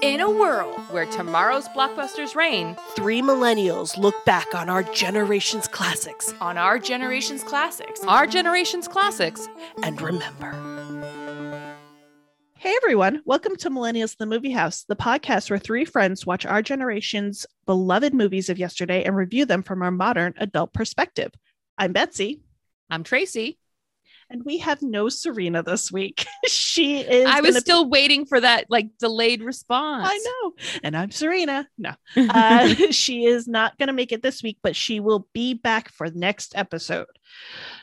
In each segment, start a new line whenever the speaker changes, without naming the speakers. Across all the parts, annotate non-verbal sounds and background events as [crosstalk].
In a world where tomorrow's blockbusters reign
Three millennials look back on our generation's classics
on our generation's classics, our generation's classics,
and remember. Hey everyone, welcome to Millennials in the Movie House, the podcast where three friends watch our generation's beloved movies of yesterday and review them from our modern adult perspective. I'm Betsy,
I'm Tracy.
and we have no Serena this week. [laughs] she is
I was
gonna-
still waiting for that like delayed response.
I know. And I'm Serena. No.
[laughs]
uh, [laughs] she is not going to make it this week, but she will be back for next episode.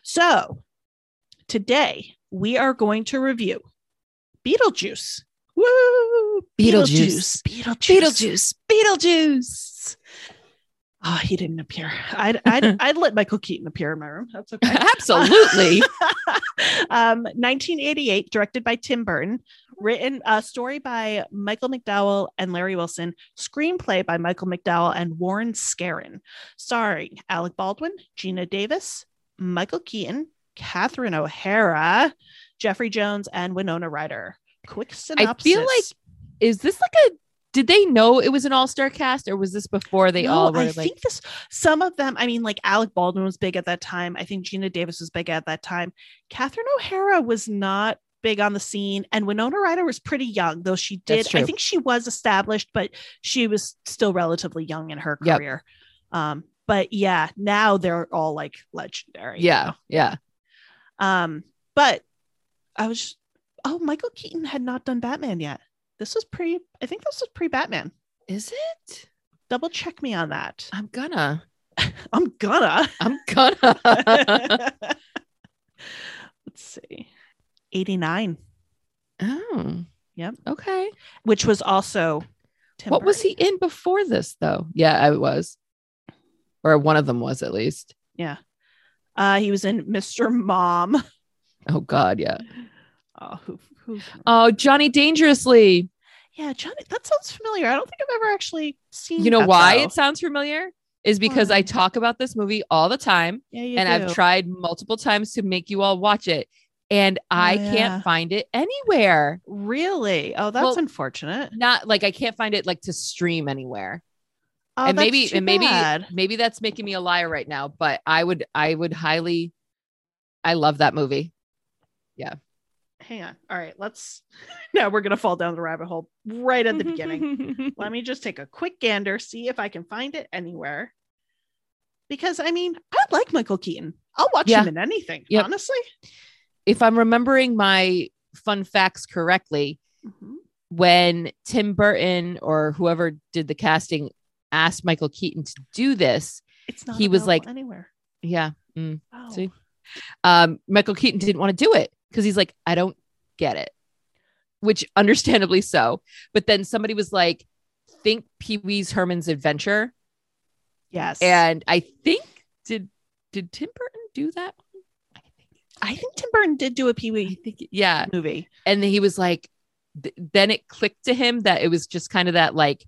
So today we are going to review Beetlejuice. Woo!
Beetlejuice.
Beetlejuice. [laughs]
Beetlejuice.
Oh, he didn't appear. I'd, I'd, I'd let Michael Keaton appear in my room. That's okay.
Absolutely.
um, 1988, directed by Tim Burton, written a story by Michael McDowell and Larry Wilson, screenplay by Michael McDowell and Warren Scarron, starring Alec Baldwin, Gina Davis, Michael Keaton, Catherine O'Hara, Jeffrey Jones, and Winona Ryder. Quick synopsis.
like Is this like a did they know it was an all-star cast or was this before they
No,
all were
I
like
think this some of them. I mean, like Alec Baldwin was big at that time. I think Gina Davis was big at that time. Catherine O'Hara was not big on the scene, and Winona Ryder was pretty young, though she did.
That's
I
true.
think she was established, but she was still relatively young in her
Yep.
career. Um, but yeah, now they're all like legendary. you
Yeah,
know?
yeah.
Um, but I was just, oh, Michael Keaton had not done Batman yet. This was pre. I think this was pre Batman.
Is it?
Double check me on that. [laughs]
I'm gonna.
I'm gonna.
I'm
[laughs]
gonna. [laughs]
Let's see. 89,
oh.
Yep.
Okay.
which was also Tim
what was
Burton.
he in before this though? Yeah, I was. Or one of them was at least.
Yeah. Uh, he was in Mr. Mom.
Oh god, yeah.
Oh, who, who?
Oh, Johnny Dangerously.
Yeah, Johnny. That sounds familiar. I don't think I've ever actually seen.
You know
that,
why
though.
it sounds familiar? Is because I
Why?
talk about this movie all the time
yeah, you
and I've
do.
tried multiple times to make you all watch it and I
yeah.
can't find it anywhere.
Really? Oh, that's
Well,
unfortunate.
Not like I can't find it like to stream anywhere.
Oh,
and
that's
maybe
too
and maybe [laughs]
bad.
maybe that's making me a liar right now, but I would I would highly I love that movie.
Hang on. All right, let's. [laughs] now we're gonna fall down the rabbit hole right
Mm-hmm,
at the beginning.
[laughs]
Let me just take a quick gander, see if I can find it anywhere. Because I mean, I like Michael Keaton. I'll watch
Yeah.
him in anything,
Yep.
honestly.
if I'm remembering my fun facts correctly,
Mm-hmm.
when Tim Burton or whoever did the casting asked Michael Keaton to do this,
It's not
He was
available
like-
anywhere.
yeah,
Oh.
see? um, Michael Keaton didn't want to do it because he's like, I don't get it, which understandably so. But then somebody was like, think Pee Wee's Herman's Adventure,
Yes.
and I think did did Tim Burton do that? one? I think,
I think Tim Burton did do a Pee
I
Wee
think yeah.
movie.
and he was like th- then it clicked to him that it was just kind of that like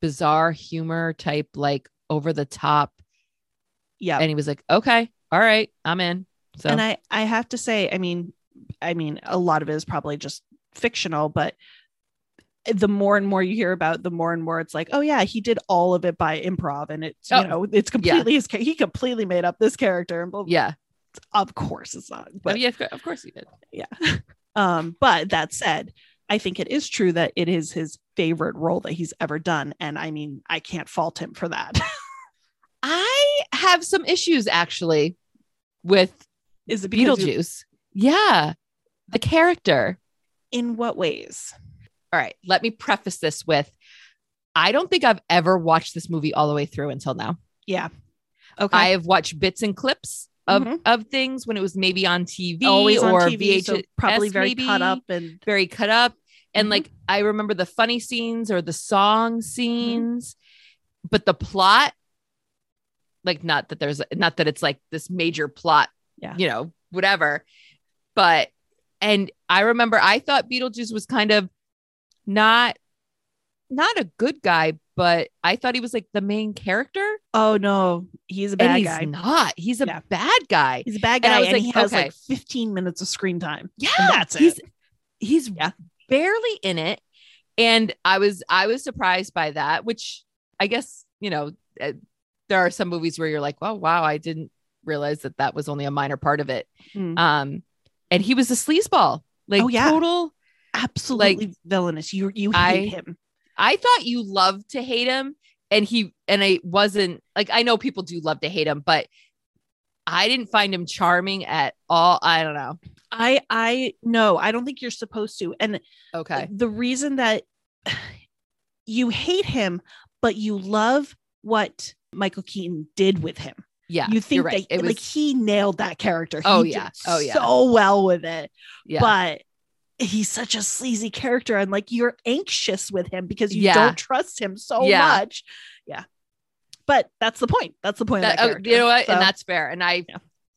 bizarre humor type like over the top
Yeah.
and he was like okay all right i'm in so
And I, I have to say, I mean, I mean, a lot of it is probably just fictional, but the more and more you hear about, it, the more and more it's like, oh yeah, he did all of it by improv, and it's
Oh,
you know, it's completely his. ca- He completely made up this character, and blah, blah.
yeah
of course it's not.
but
But
Oh, yeah of cour- of course he did
Um, but that said, I think it is true that it is his favorite role that he's ever done. And I mean, I can't fault him for that. [laughs]
i have some issues actually with
is it because you-
beetlejuice yeah the character
In what ways?
all right let me preface this with i don't think i've ever watched this movie all the way through until now
Yeah. Okay.
I have watched bits and clips of
Mhm.
of things when it was maybe on TV
Always
or
on TV, so
VHS
probably very
maybe,
caught up and
very cut up. And
Mhm.
like I remember the funny scenes or the
Mm-hmm.
song scenes, but the plot, like not that there's not that it's like this major plot,
Yeah.
you know, whatever. But and I remember I thought Beetlejuice was kind of not not a good guy, but I thought he was like the main character
oh no, he's
and
a bad
he's
guy.
not. He's a
Yeah.
bad guy.
He's a bad
And I
guy, and,
was like,
he has
okay.
like 15 minutes of screen time.
Yeah,
that's
he's he's
Yeah.
barely in it, and I was I was surprised by that, which I guess you know eh, there are some movies where you're like, well, wow, I didn't realize that that was only a minor part of it.
Mm.
Um, and he was a sleazeball, like
Oh, yeah.
total.
Absolutely villainous. You you hate
I-
him.
I thought you loved to hate him, and he and I wasn't like I know people do love to hate him, but I didn't find him charming at all. I don't know.
I I no, I don't think you're supposed to. And
Okay,
the reason that you hate him, but you love what Michael Keaton did with him.
yeah,
you think
you're right.
that
it was
like he nailed that character. He
Oh,
did
yeah. Oh, yeah.
So well with it.
yeah.
But he's such a sleazy character and like you're anxious with him because you
Yeah.
don't trust him so
Yeah.
much. Yeah. But that's the point. That's the point
That-
of that
oh,
character.
you know what?
So-
And that's fair. And I
Yeah.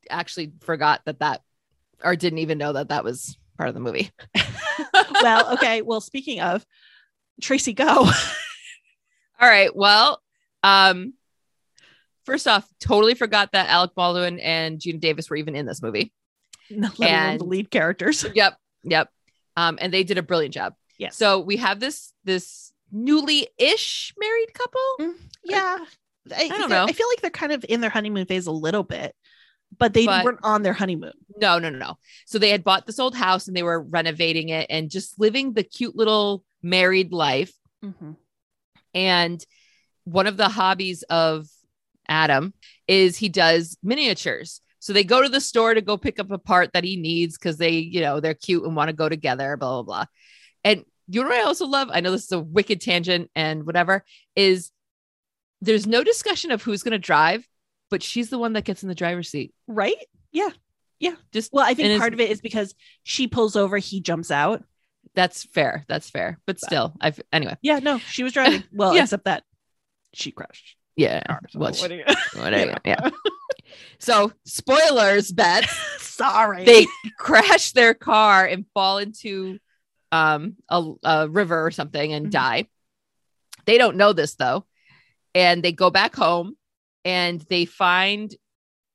actually forgot that that, or didn't even know that that was part of the movie.
well, okay. Well, speaking of Tracy Go, [laughs]
All right. Well, um, first off, totally forgot that Alec Baldwin and Gina Davis were even in this movie.
let alone
And-
the lead characters.
Yep. Yep. Um, and they did a brilliant job.
Yes.
So we have this this newly-ish married couple.
Yeah. I,
don't
they're-
know.
I feel like they're kind of in their honeymoon phase a little bit, but they
But-
weren't on their honeymoon.
No, no, no, no. So they had bought this old house and they were renovating it and just living the cute little married life. Mm-hmm. And one of the hobbies of Adam is he does miniatures. So they go to the store to go pick up a part that he needs because they, you know, they're cute and want to go together, blah, blah, blah. And you know what I also love? I know this is a wicked tangent and whatever, is there's no discussion of who's going to drive, but she's the one that gets in the driver's seat.
Right? Yeah. Yeah.
Just-
well, I
and
think
it's-
part of it is because she pulls over, he jumps out.
That's fair. That's fair. But still, I've, anyway,
Yeah, no, she was
[laughs]
driving. Well,
Yeah.
except that she crashed.
yeah. Well,
What do you- [laughs]
whatever. Yeah. So, spoilers, Beth.
Sorry.
they [laughs] crash their car and fall into um a, a river or something and
Mhm.
die they don't know this though and they go back home and they find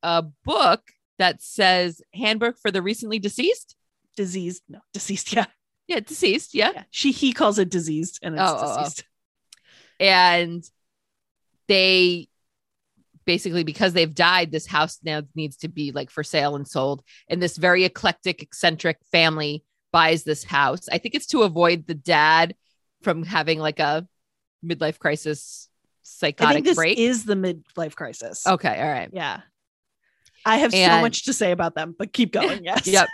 a book that says handbook for the recently deceased
diseased. No, deceased.
[laughs]
Yeah.
yeah deceased yeah,
yeah. She he calls it diseased and it's
Oh, oh, oh.
deceased.
and they basically because they've died this house now needs to be like for sale and sold and this very eclectic eccentric family buys this house i think it's to avoid the dad from having like a midlife crisis
I
psychotic
think this
break
is the midlife crisis.
okay all right
Yeah. I have so
And-
much to say about them, but keep going.
[laughs]
Yes.
yep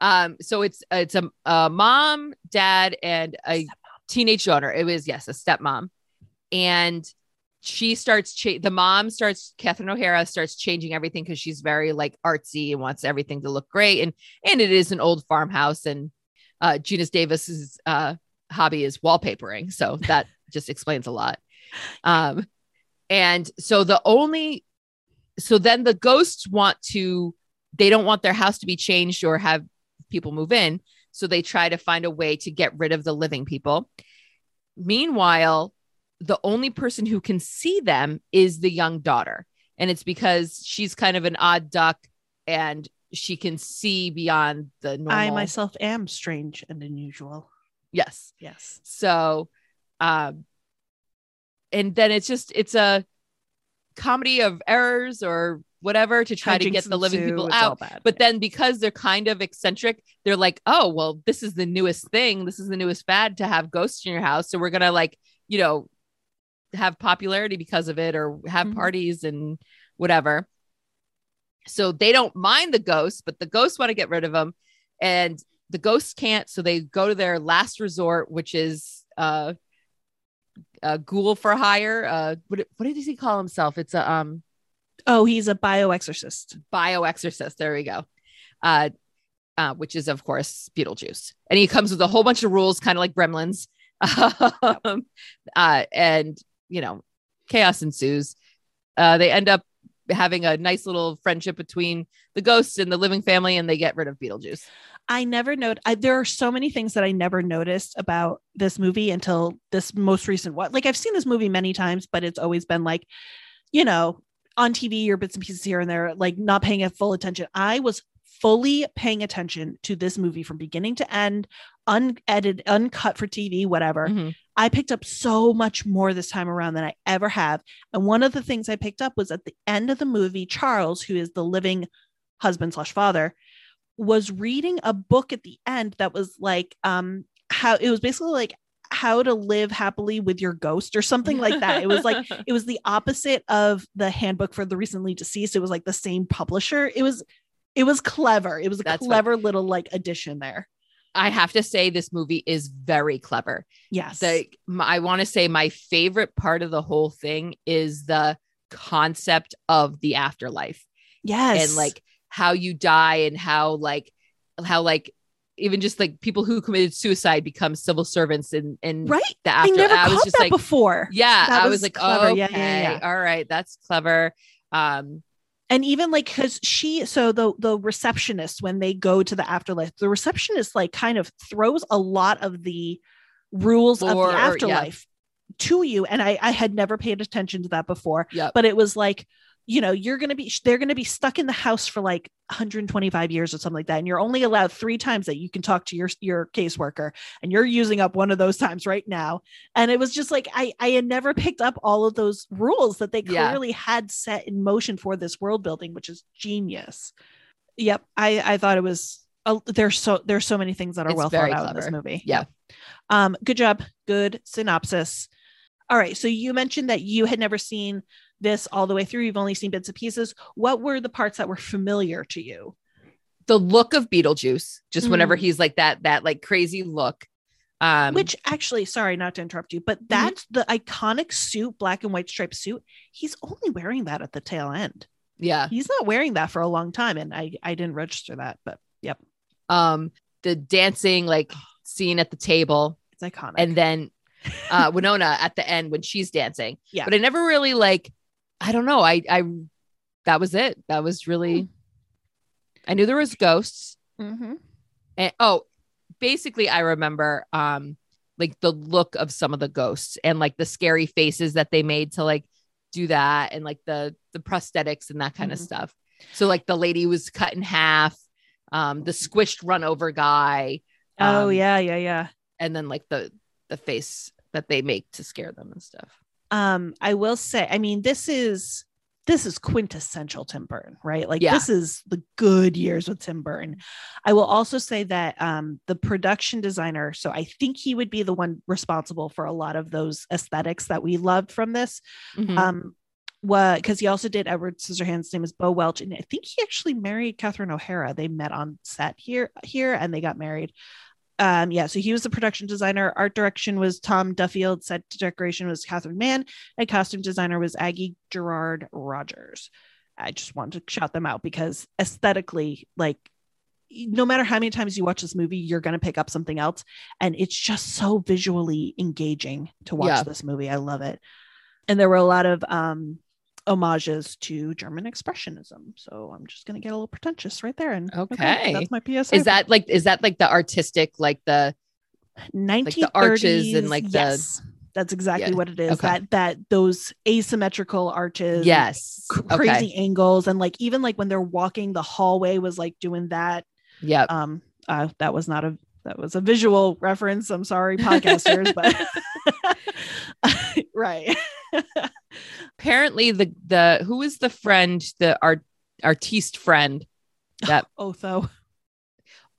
um so it's it's a, a mom dad and a teenage daughter it was yes a stepmom and she starts cha- the mom starts Catherine O'Hara starts changing everything because she's very like artsy and wants everything to look great and and it is an old farmhouse and uh Junis Davis's uh hobby is wallpapering so that just explains a lot um and so the only so then the ghosts want to they don't want their house to be changed or have people move in so they try to find a way to get rid of the living people meanwhile the only person who can see them is the young daughter and it's because she's kind of an odd duck and she can see beyond the normal
I myself am strange and unusual.
yes
Yes.
so, um, and then it's just it's a comedy of errors or whatever to try to
Hijinks
get the living
ensue,
people
it's all
out.
bad.
But then because they're kind of eccentric, they're like, oh well, this is the newest thing. This is the newest fad to have ghosts in your house. So we're gonna like you know have popularity because of it or have
Mhm.
parties and whatever. So they don't mind the ghosts, but the ghosts want to get rid of them, and the ghosts can't. So they go to their last resort, which is uh, a ghoul for hire. Uh, what what does he call himself? It's a um
oh, he's a bioexorcist.
bioexorcist. There we go. Uh, uh, which is, of course, Beetlejuice. And he comes with a whole bunch of rules, kind of like gremlins. [laughs] Um, uh, and, you know, chaos ensues. Uh, they end up having a nice little friendship between the ghosts and the living family, and they get rid of Beetlejuice.
I never know. I, there are so many things that I never noticed about this movie until this most recent one. Like I've seen this movie many times, but it's always been like, you know, on TV or bits and pieces here and there, like not paying it full attention. I was fully paying attention to this movie from beginning to end, unedited, uncut for TV, whatever.
Mhm.
I picked up so much more this time around than I ever have. And one of the things I picked up was at the end of the movie, Charles, who is the living husband slash father, was reading a book at the end that was like um how it was basically like how to live happily with your ghost or something like that. It
[laughs]
was like it was the opposite of the handbook for the recently deceased. It was like the same publisher. It was it was clever. It was a
That's what-
clever little like addition there.
I have to say, this movie is very clever.
Yes.
The, my, I want to say my favorite part of the whole thing is the concept of the afterlife
yes.
and like how you die and how like how like even just like people who committed suicide become civil servants and and
right.
the
I
afterlife.
never
I, was
caught
just
that
like,
before.
yeah,
That
I was,
was
like,
clever.
okay,
Yeah, yeah, yeah.
all right, that's clever. Um,
and even like because she so the the receptionist when they go to the afterlife the receptionist like kind of throws a lot of the rules
Lore
of
or-
the
yeah.
afterlife to you and i i had never paid attention to that before
Yep.
but it was like you know you're gonna be they're gonna be stuck in the house for like 125 years or something like that and you're only allowed three times that you can talk to your your caseworker and you're using up one of those times right now and it was just like i i had never picked up all of those rules that they
Yeah.
clearly had set in motion for this world building which is genius yep i i thought it was uh, there's so there's so many things that are
It's
well
very
thought out in this
clever.
movie
Yeah.
um good job good synopsis all right so you mentioned that you had never seen this all the way through you've only seen bits and pieces what were the parts that were familiar to you
the look of Beetlejuice, just whenever
Mm.
he's like that, that like crazy look. Um, Mm-hmm.
Which actually, sorry, not to interrupt you, but that's the iconic suit, black and white striped suit. He's only wearing that at the tail end.
yeah.
He's not wearing that for a long time. And I, I didn't register that, but yep,
Um, the dancing like scene at the table,
it's iconic.
and then uh, Winona at the end when she's dancing.
Yeah.
But I never really like. I don't know. I I that was it. That was really. I knew there was ghosts.
Mhm.
and oh basically i remember um like the look of some of the ghosts and like the scary faces that they made to like do that and like the the prosthetics and that kind
Mhm.
of stuff so like the lady was cut in half um the squished run over guy
oh,
um,
yeah, yeah, yeah.
and then like the the face that they make to scare them and stuff
Um, I will say, I mean, this is this is quintessential Tim Burton, right? Like
Yeah.
this is the good years with Tim Burton. I will also say that um the production designer, so I think he would be the one responsible for a lot of those aesthetics that we loved from this.
Mhm.
um was because he also did Edward Scissorhands' name is Bo Welch, and I think he actually married Catherine O'Hara. They met on set here here, and they got married. Um, yeah, so he was the production designer. Art direction was Tom Duffield. Set decoration was Catherine Mann, and costume designer was Aggie Gerard Rogers. I just wanted to shout them out because aesthetically, like, no matter how many times you watch this movie, you're going to pick up something else, and it's just so visually engaging to watch
Yeah.
this movie. I love it and there were a lot of um homages to German expressionism. So I'm just gonna get a little pretentious right there. And
Okay.
that's my PSA.
is that like is that like the artistic like the
1930s?
the arches and, like, the-
yes, that's exactly
Yeah.
what it is.
Okay.
That that those asymmetrical arches. and
yes
c-
Okay.
Crazy angles and like even like when they're walking, the hallway was like doing that.
yep
Um, uh, that was not a that was a visual reference. I'm sorry, podcasters, but [laughs] right.
apparently the the who is the friend the art artiste friend
Otho.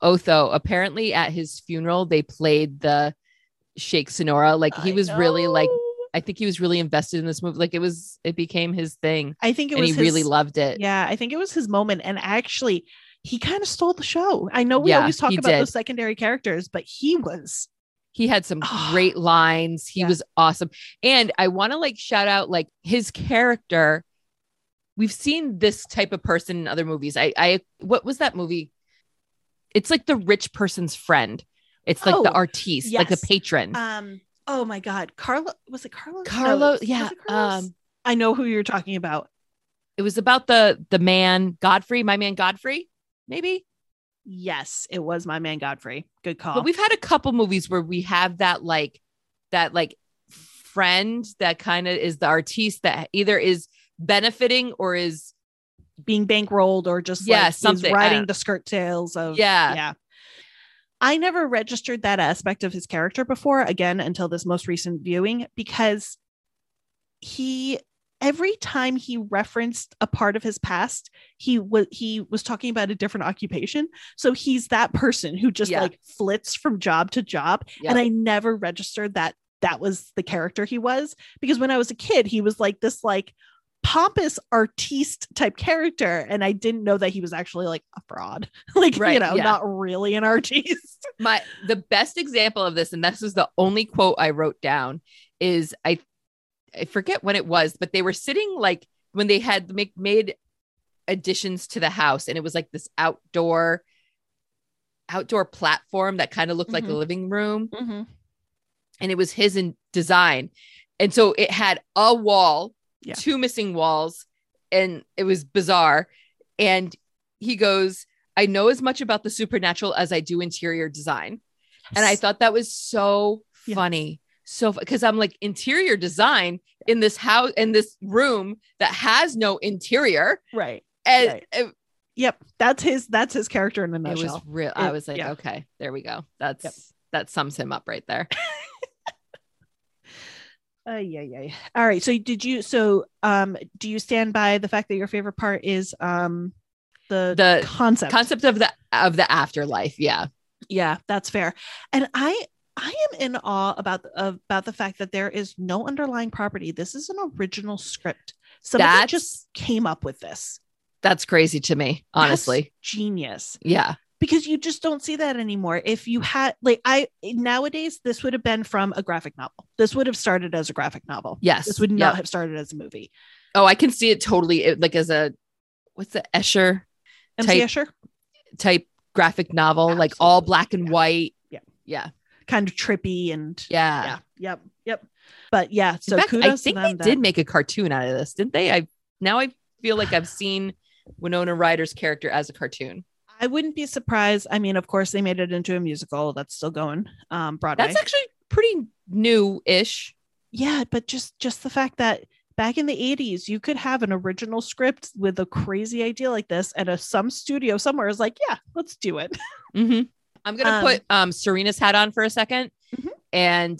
otho apparently at his funeral they played the shake sonora like he
I
was really like
know.
i think he was really invested in this movie like it was it became his thing
I think it
and
was
he
his,
really loved it
Yeah, I think it was his moment, and actually, he kind of stole the show. I know we
Yeah,
always talk
he
about
did.
those secondary characters, but he was
he had some
Ah.
great lines he
Yeah.
was awesome and i want to like shout out like his character we've seen this type of person in other movies i i what was that movie it's like the rich person's friend it's like the
Oh,
artiste like the
yes.
patron
um. Oh my God, Carlo was it Carlos? No,
carlo
was
yeah
it Carlos?
um
I know who you're talking about.
it was about the the man godfrey my man godfrey maybe
Yes, it was my man Godfrey. Good call.
but we've had a couple movies where we have that like that like friend that kind of is the artiste that either is benefiting or is
being bankrolled or just
Yeah,
like he's
something. I
riding
don't-
the skirt tails of
Yeah.
yeah. I never registered that aspect of his character before, again, until this most recent viewing, because he every time he referenced a part of his past, he was he was talking about a different occupation. So he's that person who just
Yeah.
like flits from job to job.
Yeah.
And I never registered that that was the character he was because when I was a kid, he was like this like pompous artiste type character. And I didn't know that he was actually like a fraud. [laughs] like, you
Right,
know,
yeah.
not really an artiste.
my the best example of this and this is the only quote i wrote down is i i forget when it was but they were sitting like when they had make, made additions to the house and it was like this outdoor outdoor platform that kind of looked like a
Mhm.
living room and it was his in design and so it had a wall
Yeah.
two missing walls and it was bizarre and he goes i know as much about the supernatural as i do interior design and I thought that was so
Yes.
funny. So because I'm like interior design in this house in this room that has no interior,
right.
and
Right.
it,
Yep. That's his that's his character in a
it was
nutshell.
real. I
It-
was like,
yeah.
okay, there we go. That's that sums him up right there.
Uh, yeah, yeah, yeah. All right. So did you so um do you stand by the fact that your favorite part is um the,
The
concept?
Concept of the of the afterlife, yeah,
Yeah, that's fair. And I I am in awe about about the fact that there is no underlying property. This is an original script. Somebody
That's-
just came up with this.
that's crazy to me,
That's
honestly.
genius.
yeah,
Because you just don't see that anymore. If you had like I nowadays this would have been from a graphic novel. This would have started as a graphic novel.
yes,
This would not
yeah.
have started as a movie.
Oh, I can see it totally. It, like as a what's the Escher
MC
Type-
Escher
type graphic novel, like all
Absolutely,
black and
yeah.
white.
Yeah.
yeah,
kind of trippy and
yeah.
yeah, yep, yep. But yeah, so
In fact,
kudos
I think
to
they
them. that-
did make a cartoon out of this, didn't they? I now I feel like I've seen Winona Ryder's character as a cartoon.
I wouldn't be surprised. I mean, of course, they made it into a musical that's still going um, Broadway.
That's actually pretty new-ish.
yeah, but just just the fact that back in the '80s, you could have an original script with a crazy idea like this, and a some studio somewhere is like, "Yeah, let's do it." [laughs]
Mm-hmm. I'm gonna
Um,
put um, Serena's hat on for a 2nd
Mhm.
and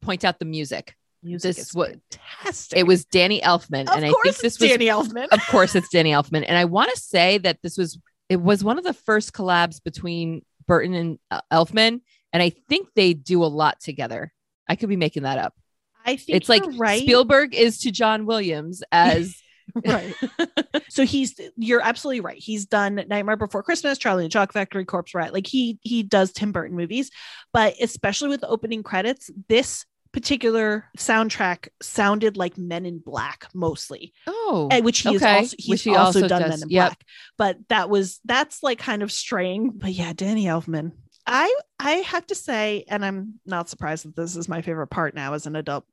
point out the music.
Music
This wa-
fantastic.
It was Danny Elfman,
of
and I
course,
think this
it's
was,
Danny Elfman.
of course, it's Danny Elfman, and I want to say that this was it was one of the first collabs between Burton and uh, Elfman, and I think they do a lot together. I could be making that up.
I think
it's like
you're right.
Spielberg is to John Williams
[laughs]
as
right. [laughs] so he's you're absolutely right. He's done Nightmare Before Christmas, Charlie and the Chalk Factory, Corpse Rat. Like he he does Tim Burton movies, but especially with the opening credits, this particular soundtrack sounded like Men in Black mostly,
oh
and which he
okay.
has also he's
Which he
also,
also
done
does,
Men in
yep.
Black. But that was that's like kind of straying. But yeah, Danny Elfman. I I have to say, and I'm not surprised that this is my favorite part now as an adult.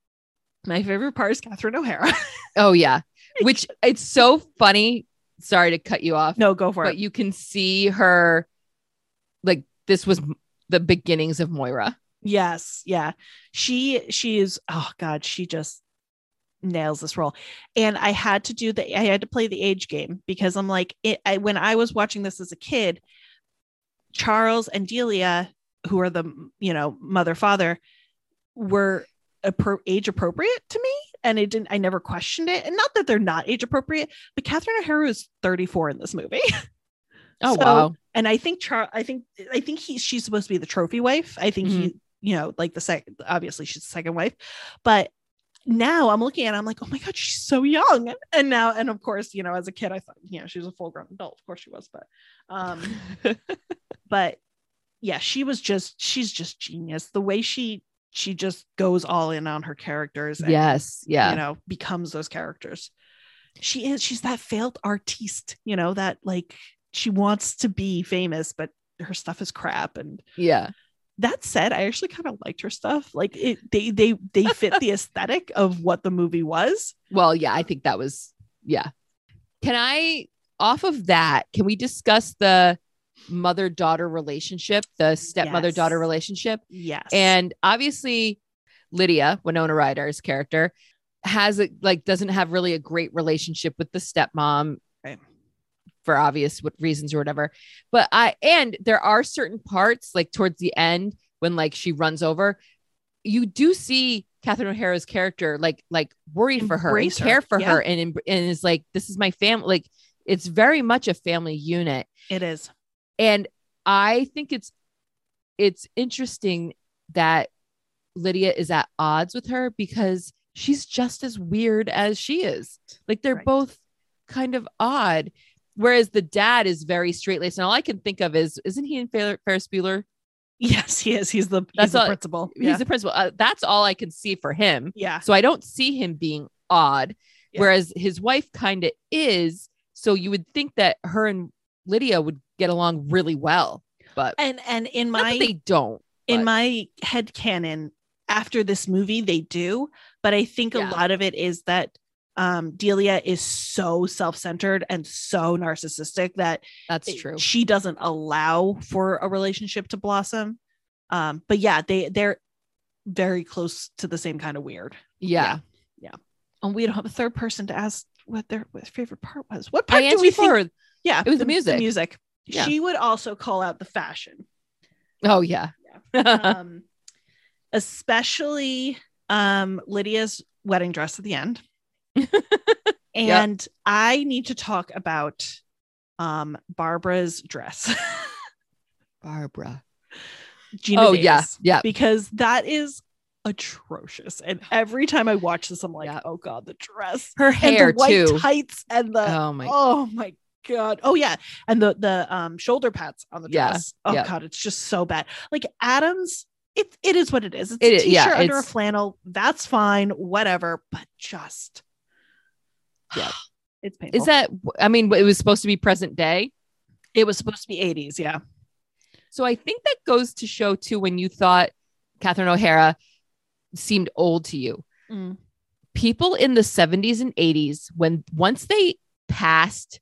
My favorite part is Catherine O'Hara. [laughs]
oh yeah which it's so funny sorry to cut you off
no, go for
but
it.
you can see her like this was m- the beginnings of Moira
Yes, yeah. She she is oh god, she just nails this role. And I had to do the I had to play the age game because I'm like it I, when I was watching this as a kid, Charles and Delia, who are the you know mother father, were appro- age appropriate to me, and it didn't. I never questioned it, and not that they're not age appropriate, but Catherine O'Hara is 34 in this movie
oh
So-
wow
and I think Char, I think I think he she's supposed to be the trophy wife. I think he, you know, like the second, obviously she's the second wife, but now I'm looking at, it, I'm like, oh my god, she's so young, and now, and of course, you know, as a kid, I thought, you know, she was a full grown adult, of course she was, but,
[laughs]
um, but yeah, she was just, she's just genius. The way she she just goes all in on her characters, and,
yes yeah
you know, becomes those characters. She is, she's that failed artiste, you know, that like she wants to be famous, but her stuff is crap. And
yeah
that said, I actually kind of liked her stuff. Like it, they they they fit
[laughs]
the aesthetic of what the movie was.
well yeah I think that was yeah can I off of that can we discuss the mother daughter relationship the stepmother daughter
Yes.
relationship
Yes.
And obviously, Lydia, Winona Ryder's character, has a like doesn't have really a great relationship with the stepmom.
Right.
for obvious w- reasons or whatever. But I and there are certain parts like towards the end when like she runs over, you do see Catherine O'Hara's character like like worried for her, and
Embrace her.
care for
Yeah.
her, and em- and is like this is my family. Like it's very much a family unit,
It is. [laughs]
and I think it's it's interesting that Lydia is at odds with her because she's just as weird as she is. Like they're
Right.
both kind of odd. Whereas the dad is very straight laced, and all I can think of is, isn't he in Fer- Ferris Bueller?
Yes, he is. He's the,
That's
he's the
all-
principal.
He's the principal. Uh, that's all I can see for him.
yeah.
So I don't see him being odd,
Yeah.
whereas his wife kind of is. So you would think that her and Lydia would get along really well, but
And and in
not that
my
they don't.
in
but-
my head canon, after this movie, they do, but I think
Yeah.
a lot of it is that um Delia is so self-centered and so narcissistic that
That's
it-
true.
she doesn't allow for a relationship to blossom. Um, but yeah, they they're very close to the same kind of weird.
Yeah.
And we don't have a third person to ask what their what their favorite part was. What
I
part do
answered
we
for
think?
her.
Yeah,
It was the music.
music.
Yeah.
She would also call out the fashion.
Oh yeah. [laughs]
um, especially um, Lydia's wedding dress at
[laughs]
the end. and I need to talk about um, Barbara's dress, [laughs]
Barbara.
Gina.
oh
Davis,
yeah. Yeah.
because that is atrocious. And every time I watch this, I'm like,
Yeah.
oh god, the dress,
Her hair
and the white
too.
tights, and the
Oh my
oh my god oh yeah and the the um shoulder pads on the
Yeah,
dress oh
yeah.
god it's just so bad like adams it, it is what it is it's
It
a
is-
t-shirt
yeah,
under a
it's-
flannel that's fine whatever but just
[sighs] Yeah.
it's painful
Is that I mean it was supposed to be present day.
it was supposed to be 80s yeah
So I think that goes to show too when you thought Catherine O'Hara seemed old to you. people in the 70s and 80s when once they passed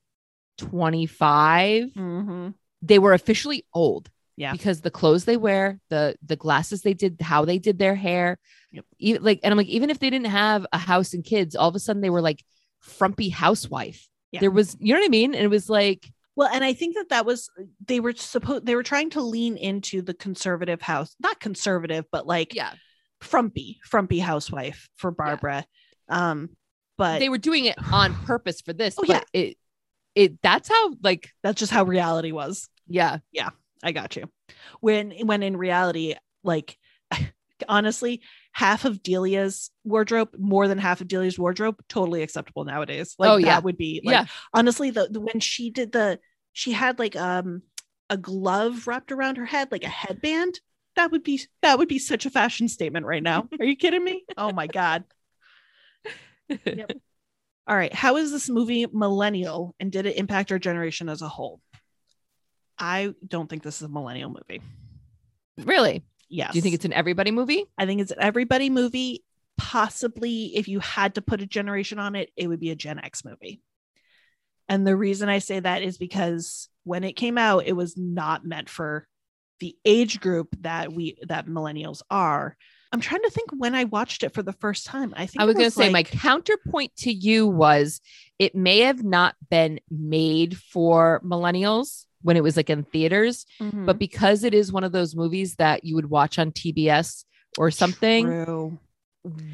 25 Mm-hmm.
Mhm.
they were officially old
Yeah.
because the clothes they wear the the glasses they did how they did their hair
Yep.
e- like and i'm like even if they didn't have a house and kids all of a sudden they were like frumpy housewife
Yeah.
there was you know what i mean and it was like
well and i think that that was they were supposed they were trying to lean into the conservative house not conservative but like
yeah
frumpy frumpy housewife for barbara um but
they were doing it on purpose for this
Oh,
but it it that's how like
that's just how reality was
yeah
I got you. When when in reality, like [laughs] honestly, half of Delia's wardrobe, more than half of Delia's wardrobe, totally acceptable nowadays. Like
Oh,
that
yeah.
would be like
yeah
honestly, the, the when she did the she had like um a glove wrapped around her head, like a headband. That would be that would be such a fashion statement right now. Are you
[laughs]
kidding me? Oh my god. Yep. All right. How is this movie millennial and did it impact our generation as a whole? I don't think this is a millennial movie.
really
Yes.
do you think it's an everybody movie
I think it's an everybody movie. Possibly, if you had to put a generation on it, it would be a Gen X movie. And the reason I say that is because when it came out, it was not meant for the age group that we that millennials are. I'm trying to think when I watched it for the first time. I think
I was
it
going to say my
like-
counterpoint to you was it may have not been made for millennials when it was like in theaters,
Mhm.
but because it is one of those movies that you would watch on TBS or something,
True.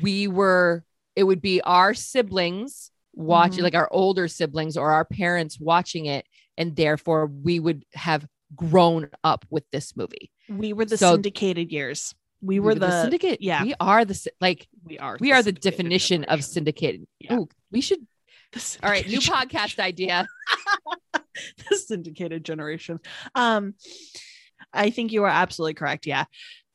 we were it would be our siblings watching
Mhm.
like our older siblings or our parents watching it and therefore we would have grown up with this movie.
We were the
So-
syndicated years. We were the,
syndicate.
yeah.
We are the sy- like
we are
we are the
syndicated
definition of
generation.
syndicated.
Yeah.
Oh, we should
[laughs] The
All
[laughs]
right, new
syndicated
podcast idea.
[laughs] the syndicated generation. Um, I think you are absolutely correct. Yeah.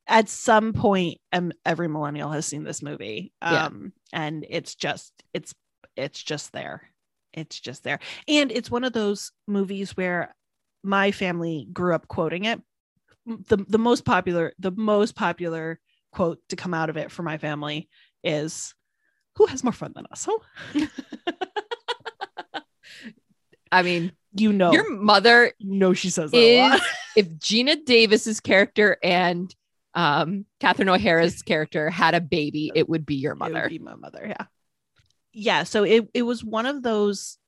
At some point, um, every millennial has seen this movie.
Yeah.
Um, and it's just, it's, it's just there. It's just there. And it's one of those movies where my family grew up quoting it. The, the most popular, the most popular quote to come out of it for my family is who has more fun than us? Oh,
I mean,
you know,
your mother
you know, she says that a lot.
is if Gina Davis's character and um Catherine O'Hara's character had a baby, it would be your
It would
mother.
be my mother. Yeah. Yeah. So it, it was one of those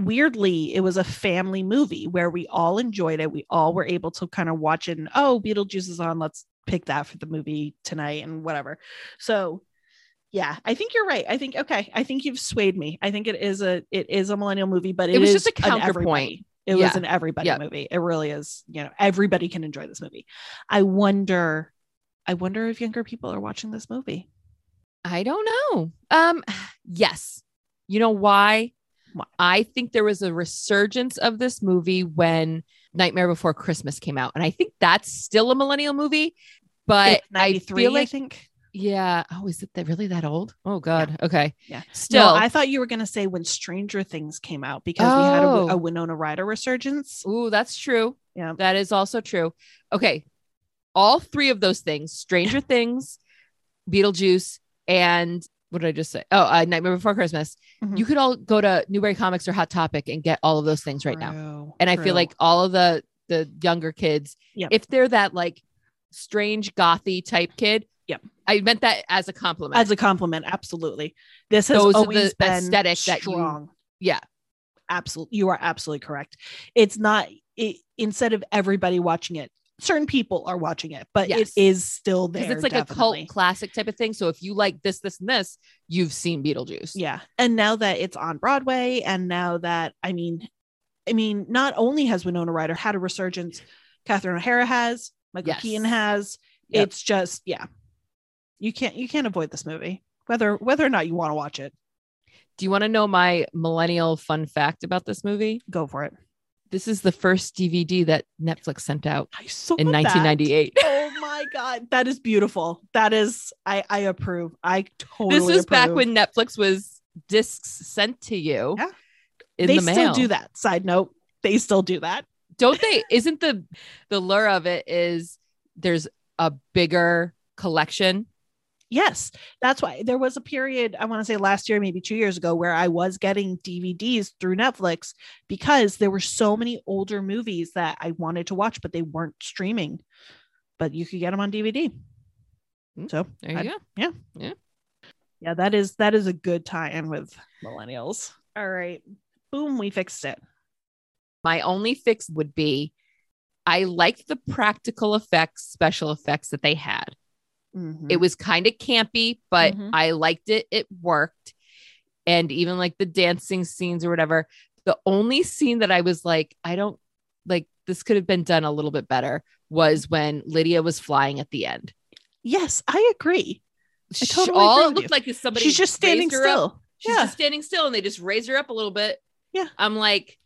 weirdly, it was a family movie where we all enjoyed it. We all were able to kind of watch it and, oh, Beetlejuice is on. Let's pick that for the movie tonight and whatever. So, yeah, I think you're right. I think okay. I think you've swayed me. I think it is a it is a millennial movie, but it,
It was
is
just a
an
counterpoint.
everybody. It was
Yeah.
an everybody
Yep.
movie. It really is. You know, everybody can enjoy this movie. I wonder. I wonder if younger people are watching this movie.
I don't know. Um, yes. You know why?
Why?
I think there was a resurgence of this movie when Nightmare Before Christmas came out, and I think that's still a millennial movie. But
It's
I feel
I
like,
think.
yeah. Oh, is it that really that old? Oh God. Okay.
Yeah.
Still,
no, I thought you were going to say when Stranger Things came out because we had a, Wi-
Oh.
a Winona Ryder resurgence.
Ooh, that's true.
Yeah.
That is also true. Okay. All three of those things
[laughs]
Stranger Things, Beetlejuice, and what did I just say? Oh, uh, Nightmare Before Christmas.
Mhm.
You could all go to Newberry Comics or Hot Topic and get all of those things right now.
True,
And I
true.
feel like all of the the younger kids,
Yep.
if they're that like strange gothy type kid,
Yep.
I meant that as a compliment.
as a compliment, absolutely. This has
Those are the
always been
aesthetic that you-
strong.
yeah.
absolutely you are absolutely correct it's not it, instead of everybody watching it certain people are watching it but
Yes.
it is still there
Because it's like a cult
definitely.
classic type of thing. So if you like this, this, and this, you've seen Beetlejuice.
yeah and now that it's on broadway and now that i mean i mean not only has winona ryder had a resurgence catherine o'hara has michael
Yes.
keaton has
Yep.
it's just yeah you can't you can't avoid this movie whether whether or not you want to watch it
Do you want to know my millennial fun fact about this movie?
go for it
This is the first DVD that Netflix sent out
i saw
in
that.
1998.
oh my god that is beautiful that is i i approve i totally
This was back
approve.
when Netflix was discs sent to you
Yeah.
in
they
the
still
mail.
do that side note they still do that
Don't they? Isn't the the lure of it is there's a bigger collection?
yes that's why there was a period i want to say last year maybe two years ago where i was getting dvds through netflix because there were so many older movies that i wanted to watch but they weren't streaming but you could get them on dvd
Mm.
so
There you
I-
go.
yeah that is that is a good tie-in with millennials all right boom we fixed it
My only fix would be I liked the practical effects, special effects that they had.
Mhm.
It was kind of campy, but
Mhm.
I liked it. It worked. And even like the dancing scenes or whatever, the only scene that I was like, I don't like this could have been done a little bit better was when Lydia was flying at the end.
yes i agree
She-
totally
all
agree
it
with
looked
you.
like is somebody
she's just standing
raised her up.
still.
She's
yeah.
just standing still and they just raise her up a little bit.
Yeah.
I'm like,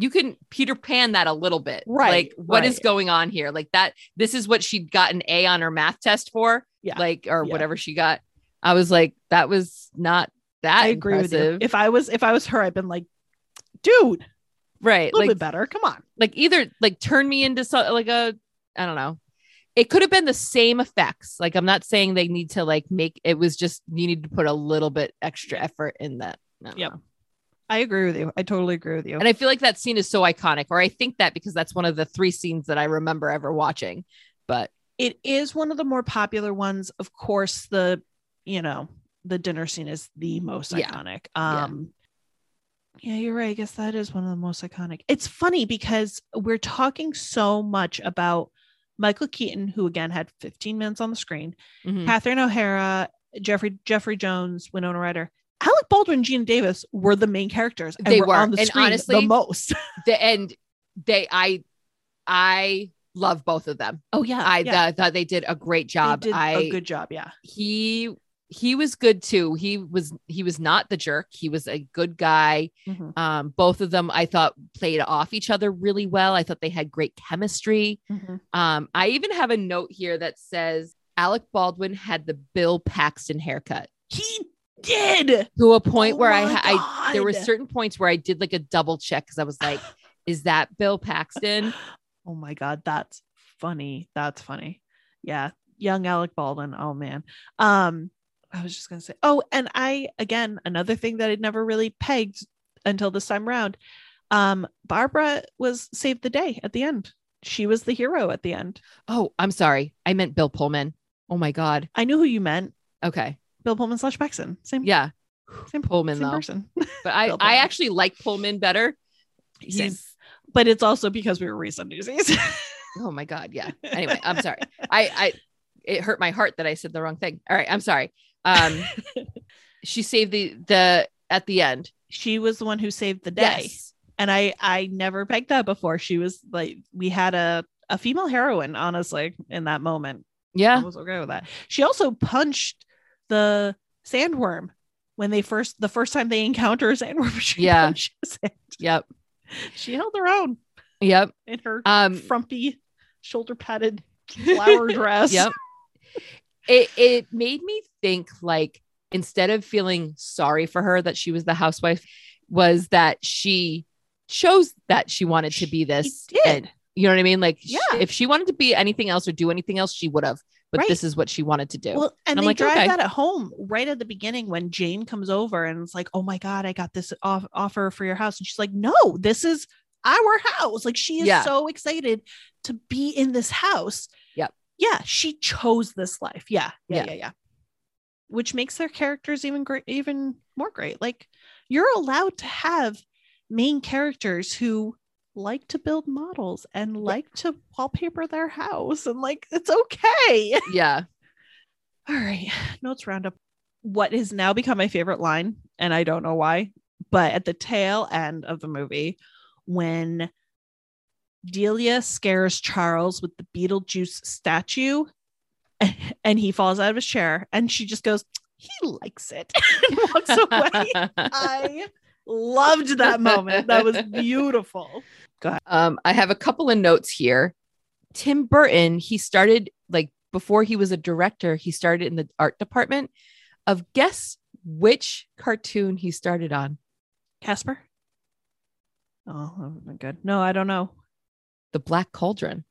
you can Peter Pan that a little bit.
Right,
Like, what is
right.
going on here? Like that, this is what she'd got an A on her math test for.
Yeah,
Like, or
yeah.
whatever she got. I was like, that was not that
I agree
impressive.
with you. If I was if I was her, I'd been like, dude, a
right.
little
Like,
bit better. Come on.
like either like turn me into so, like a I don't know. It could have been the same effects. Like I'm not saying they need to like make it was just you need to put a little bit extra effort in that. I don't
Yep.
know.
I agree with you. I totally agree with you.
And I feel like that scene is so iconic, or I think that because that's one of the three scenes that I remember ever watching. But
It is one of the more popular ones. Of course, the you know, the dinner scene is the most
Yeah.
iconic.
Yeah.
Um yeah. you're right. I guess that is one of the most iconic. It's funny because we're talking so much about Michael Keaton, who again had 15 minutes on the screen,
Mhm.
Catherine O'Hara, Jeffrey Jeffrey Jones, Winona Ryder, Alec Baldwin, Gina Davis were the main characters. And
They
were, on
were,
the
and
screen the
honestly-
most.
the and they I I love both of them.
Oh [laughs] yeah,
I th- thought they did a great job.
They did
I
a good job. Yeah,
he he was good too. He was he was not the jerk. He was a good guy.
Mhm.
Um, both of them I thought played off each other really well. I thought they had great chemistry. Um, I even have a note here that says Alec Baldwin had the Bill Paxton haircut
he did.
to a
Oh
point where I, ha- I
I
there were certain points where I did like a double check because I was
[sighs]
like, is that Bill Paxton?
Oh my god, that's funny. That's funny. Yeah, young Alec Baldwin. Oh man. Um, I was just gonna say. Oh, and I again another thing that I'd never really pegged until this time around. Um, Barbara was saved the day at the end. She was the hero at the end.
Oh, I'm sorry. I meant Bill Pullman. Oh my God.
I knew who you meant.
Okay.
Bill Pullman slash Paxton. Same.
Yeah.
Same-
Pullman
same
though.
person.
But I,
Bill
I
Pullman.
actually like Pullman better.
Same.
He's
But it's also because we were raised on Newsies. [laughs]
oh my god, yeah. Anyway, I'm sorry. I I it hurt my heart that I said the wrong thing. All right, I'm sorry.
[laughs]
Um she saved the the at the end.
she was the one who saved the day.
Yes.
And I I never pegged that before. She was like we had a a female heroine honestly in that moment. I
Yeah.
was okay with that. She also punched the sandworm when they first the first time they encounter a sandworm. [laughs] She
Yeah.
punches it.
Yep.
She held her own
Yep.
in her
Um
frumpy
[laughs]
shoulder padded flower dress.
Yep. It it made me think like instead of feeling sorry for her that she was the housewife, was that she chose that she wanted to be this.
did.
And, you know what I mean? Like sh-
Yeah.
if she wanted to be anything else or do anything else, she would have. But
Right.
this is what she wanted to do.
Well, and,
And I'm
they
like,
drive
okay.
that at home right at the beginning when Jane comes over and it's like, "Oh my god, I got this off- offer for your house," and she's like, "No, this is our house." Like she is
Yeah.
so excited to be in this house.
Yep.
Yeah, she chose this life. Yeah, yeah,
Yeah.
yeah, yeah. Which makes their characters even great, even more great. Like you're allowed to have main characters who like to build models and like to wallpaper their house and like it's okay
[laughs]
[laughs]
yeah.
all right, notes roundup. What has now become my favorite line, and I don't know why, but at the tail end of the movie, when Delia scares Charles with the Beetlejuice statue [laughs] and he falls out of his chair, and she just goes, He likes it, [laughs] and walks [laughs] away.
[laughs]
I loved that moment. That was beautiful.
Um, I have a couple of notes here. Tim Burton, he started like before he was a director, he started in the art department of guess which cartoon he started on?
Casper? Oh, that would've been good. No, I don't know.
The Black Cauldron.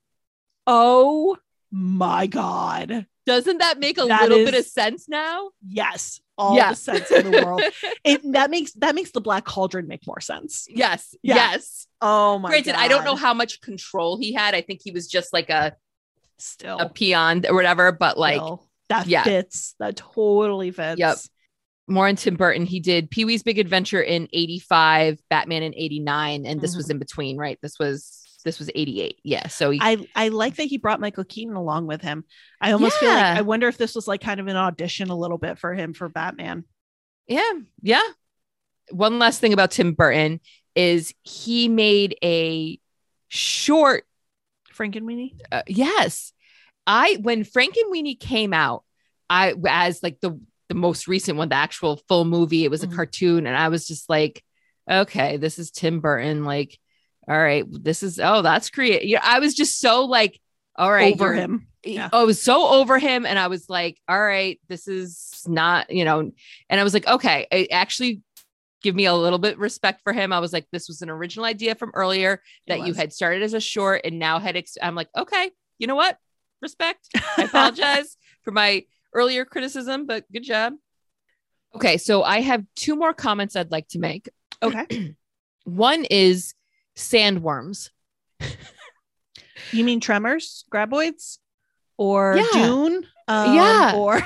Oh my God.
Doesn't that make a
That
little bit
is-
of sense now?
Yes, all
Yeah.
the sense in
[laughs]
the world. It that makes that makes the black cauldron make more sense.
Yes.
Yeah.
Yes.
Oh my!
Granted, I don't know how much control he had. I think he was just like a,
Still,
a peon or whatever, but like
still. that
yeah.
fits. That totally fits.
Yep. more on Tim Burton, he did Pee Wee's Big Adventure in 85, Batman in 89, and this was in between, right? This was this was 88. Yeah. So he,
Mm-hmm. I I like that he brought Michael Keaton along with him. I almost feel
Yeah.
like I wonder if this was like kind of an audition a little bit for him for Batman.
yeah, yeah. One last thing about Tim Burton is he made a short
Frankenweenie.
uh, yes. I when Frank and Weenie came out, I as like the the most recent one, the actual full movie, it was
Mhm.
a cartoon, and I was just like, okay, this is Tim Burton. Like, all right, this is oh, that's creative. You know, I was just so like, all right,
over
you're-
him. Yeah.
I was so over him, and I was like, all right, this is not, you know, and I was like, okay, I actually give me a little bit respect for him. I was like, this was an original idea from earlier
It
that you
was.
had started as a short and now had ex- I'm like, okay, you know what? Respect.
[laughs]
I apologize for my earlier criticism, but good job. Okay, so I have two more comments I'd like to make.
okay.
One is sandworms.
You mean Tremors, Graboids, or
Yeah.
Dune? Um,
Yeah.
Or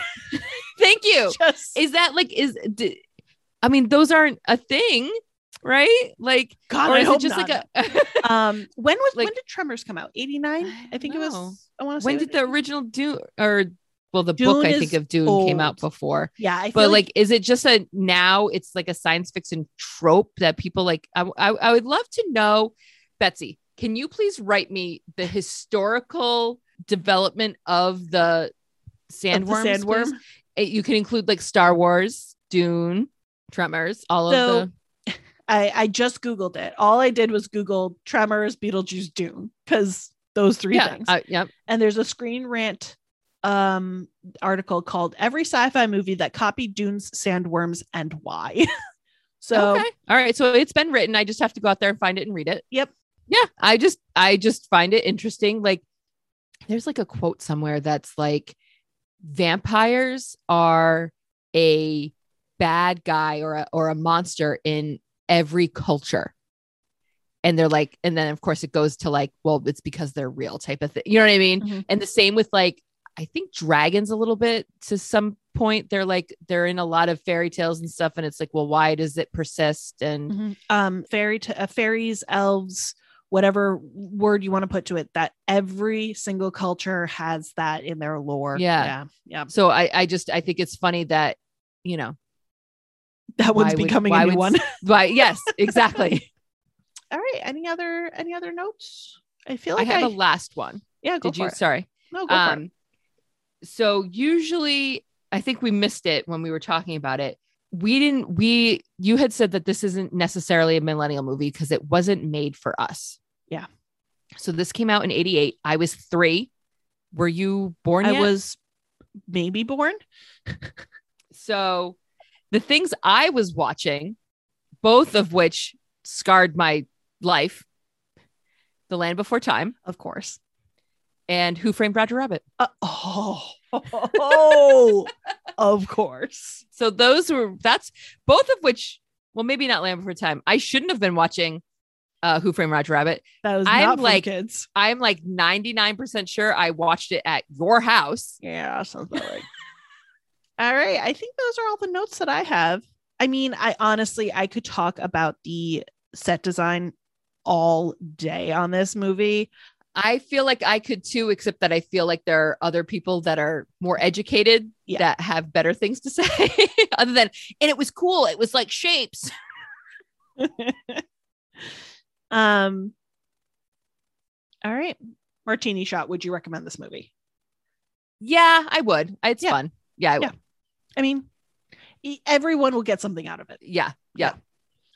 Thank you.
[laughs] just
Is that like is d- I mean those aren't a thing, right? Like
God,
or
I
is
hope
it just
not.
like a
um when was when
Like-
did tremors come out 89
I
i think it
dunno.
was i want to say
when
it
did
was
the
89.
original Dune or well the
Dune
book I
is
think of Dune came out
old.
before.
yeah i feel
but
like,
like, is it just a now it's like a science fiction trope that people like I, I, I would love to know betsy can you please write me the historical development of the
of the
sandworm you can include like star wars dune tremors all
So-
of the
i i just googled it all i did was google tremors beetlejuice dune because those three
yeah
things
uh, yep
and there's a screen rant um article called every sci-fi movie that copied dune's sandworms and why [laughs] so
okay all right so it's been written i just have to go out there and find it and read it
Yep.
yeah i just i just find it interesting like there's like a quote somewhere that's like vampires are a bad guy or a, or a monster in every culture and they're like and then of course it goes to like well it's because they're real type of thing you know what i mean
Mhm.
and the same with like i think dragons a little bit to some point they're like they're in a lot of fairy tales and stuff and it's like well why does it persist and
Mhm. um fairy t- uh, fairies elves whatever word you want to put to it that every single culture has that in their lore
Yeah.
yeah, yeah.
so I I just I think it's funny that you know
that one's
Why would-
becoming
why
a new
would
one [laughs]
why yes exactly
all right any other any other notes [laughs] i feel
I
like i,
have a last one
yeah go
did
for
you
it
sorry
no [laughs] go for it.
um so usually I think we missed it when we were talking about it we didn't we you had said that this isn't necessarily a millennial movie because it wasn't made for us
Yeah.
so this came out in 88 I was 3 were you born
i
yet?
was maybe born
So the things I was watching, both of which scarred my life, The Land Before Time
of course
and Who Framed Roger Rabbit.
Uh, oh, oh [laughs] of course
So those were that's both of which, well, maybe not Land Before Time. I shouldn't have been watching uh Who Framed Roger Rabbit.
that was
I'm
not for
like-
kids
I'm like 99% sure I watched it at your house.
Yeah, sounds about right. [laughs] all right. I think those are all the notes that I have. I mean, I honestly I could talk about the set design all day on this movie.
I feel like I could too, except that I feel like there are other people that are more educated
Yeah.
that have better things to [laughs] say other than, and it was cool. It was like shapes.
Um all right. Martini shot, would you recommend this movie?
Yeah, I would. It's
Yeah.
fun. Yeah, I would.
Yeah. I mean, e- everyone will get something out of it.
Yeah.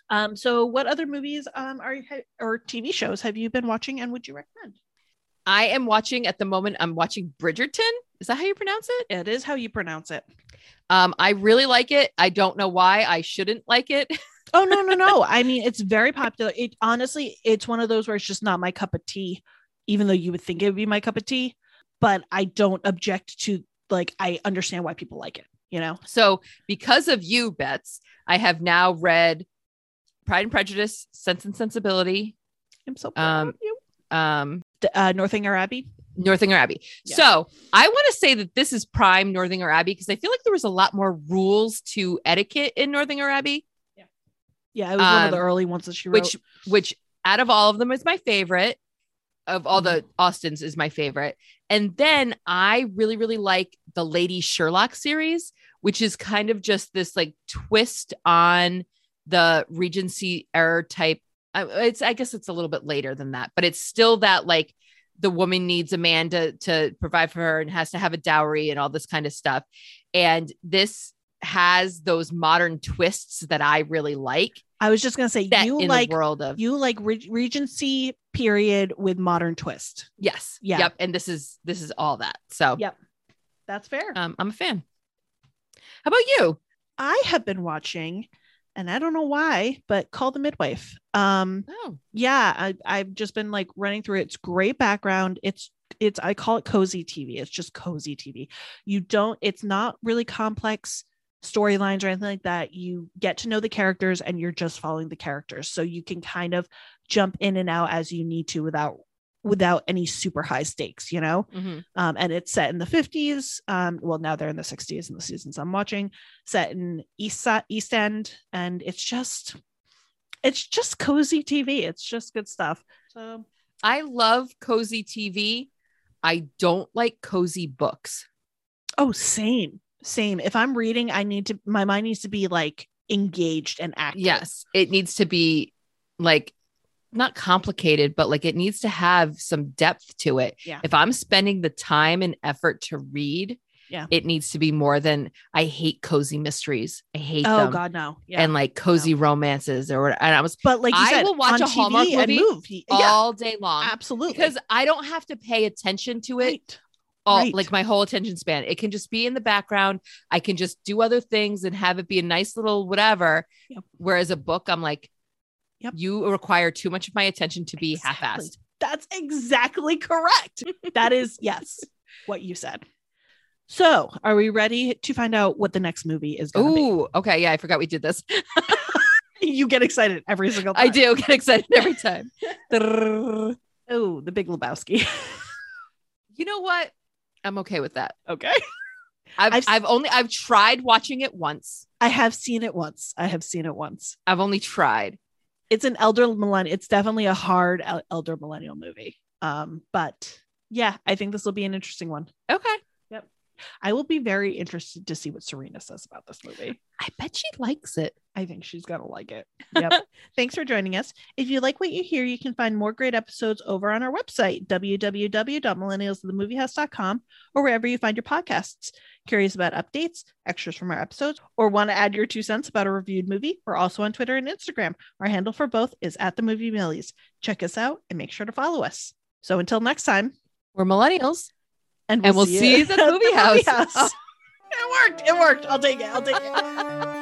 Um so what other movies um are you ha- or TV shows have you been watching and would you recommend?
I am watching at the moment, I'm watching Bridgerton. Is that how you pronounce it?
It is how you pronounce it.
Um, I really like it. I don't know why I shouldn't like it. [laughs]
Oh no, no, no. I mean, it's very popular. It honestly, it's one of those where it's just not my cup of tea, even though you would think it would be my cup of tea, but I don't object to like I understand why people like it, you know?
So, because of you, Bets, I have now read Pride and Prejudice, Sense and Sensibility,
I'm so proud
Um,
of you.
um,
D- Uh, Northanger Abbey.
Northanger Abbey.
Yeah.
So I want to say that this is prime Northanger Abbey because I feel like there was a lot more rules to etiquette in Northanger Abbey,
Yeah, it was one of the
Um,
early ones that she wrote.
which which out of all of them is my favorite. Of all
Mm-hmm.
the Austins is my favorite. And then I really, really like the Lady Sherlock series, which is kind of just this like twist on the Regency era type. I- It's I guess it's a little bit later than that, but it's still that like the woman needs a man to to provide for her and has to have a dowry and all this kind of stuff. And this has those modern twists that I really like.
I was just gonna say
That
you
in
like
the world of
you like Re- Regency period with modern twist.
yes,
Yeah.
yep. And this is this is all that. So
Yeah. That's fair.
um, I'm a fan. How about you?
I have been watching, and I don't know why, but Call the Midwife. Um,
Oh,
yeah I, i've just been like running through it. it's great background it's it's i call it cozy tv it's just cozy tv you don't it's not really complex storylines or anything like that you get to know the characters and you're just following the characters so you can kind of jump in and out as you need to without without any super high stakes you know um, and it's set in the 50s. Um, well, now they're in the 60s in the seasons I'm watching. Set in East Si- East End, and it's just, it's just cozy TV. It's just good stuff. So
I love cozy TV. I don't like cozy books.
oh, same, same. If I'm reading, I need to. My mind needs to be like engaged and active.
Yes, it needs to be like not complicated, but like it needs to have some depth to it.
Yeah.
If I'm spending the time and effort to read,
Yeah.
it needs to be more than I hate cozy mysteries. I hate
Oh
them.
God, no. Yeah.
And like cozy romances or what. And I was
but like you
I
said,
will watch
on
a
TV
Hallmark
and
movie
move. Y- Yeah,
all day long
absolutely.
because I don't have to pay attention to it
Right.
all
Right.
like my whole attention span. It can just be in the background. I can just do other things and have it be a nice little whatever.
Yep.
Whereas a book, I'm like,
Yep.
you require too much of my attention to be
Exactly.
half-assed.
That's
[laughs]
exactly correct. That is, yes, what you said. So, are we ready to find out what the next movie is going to
Ooh, okay. Yeah, I forgot we did this.
be? [laughs] You get excited every single time.
I do get excited
[laughs]
every time. Drrrr.
Oh, the Big Lebowski. [laughs]
you know what? I'm okay with that.
okay.
I've, I've
I've-
only I've tried watching it once.
I have seen it once. I have seen it once.
I've only tried.
It's an elder millennial. It's definitely a hard el- elder millennial movie. Um, but yeah, I think this will be an interesting one.
Okay.
I will be very interested to see what Serena says about this movie.
I bet she likes it.
I think she's gonna like it. Yep. [laughs] Thanks for joining us. If you like what you hear, you can find more great episodes over on our website, www.millennialsofthemoviehouse.com, or wherever you find your podcasts. Curious about updates, extras from our episodes, or want to add your two cents about a reviewed movie? We're also on Twitter and Instagram. Our handle for both is at the Movie Millies. Check us out and make sure to follow us. So until next time,
We're millennials.
and [laughs]
And we'll see you at the movie house.
it worked. It worked. I'll take it. I'll take it.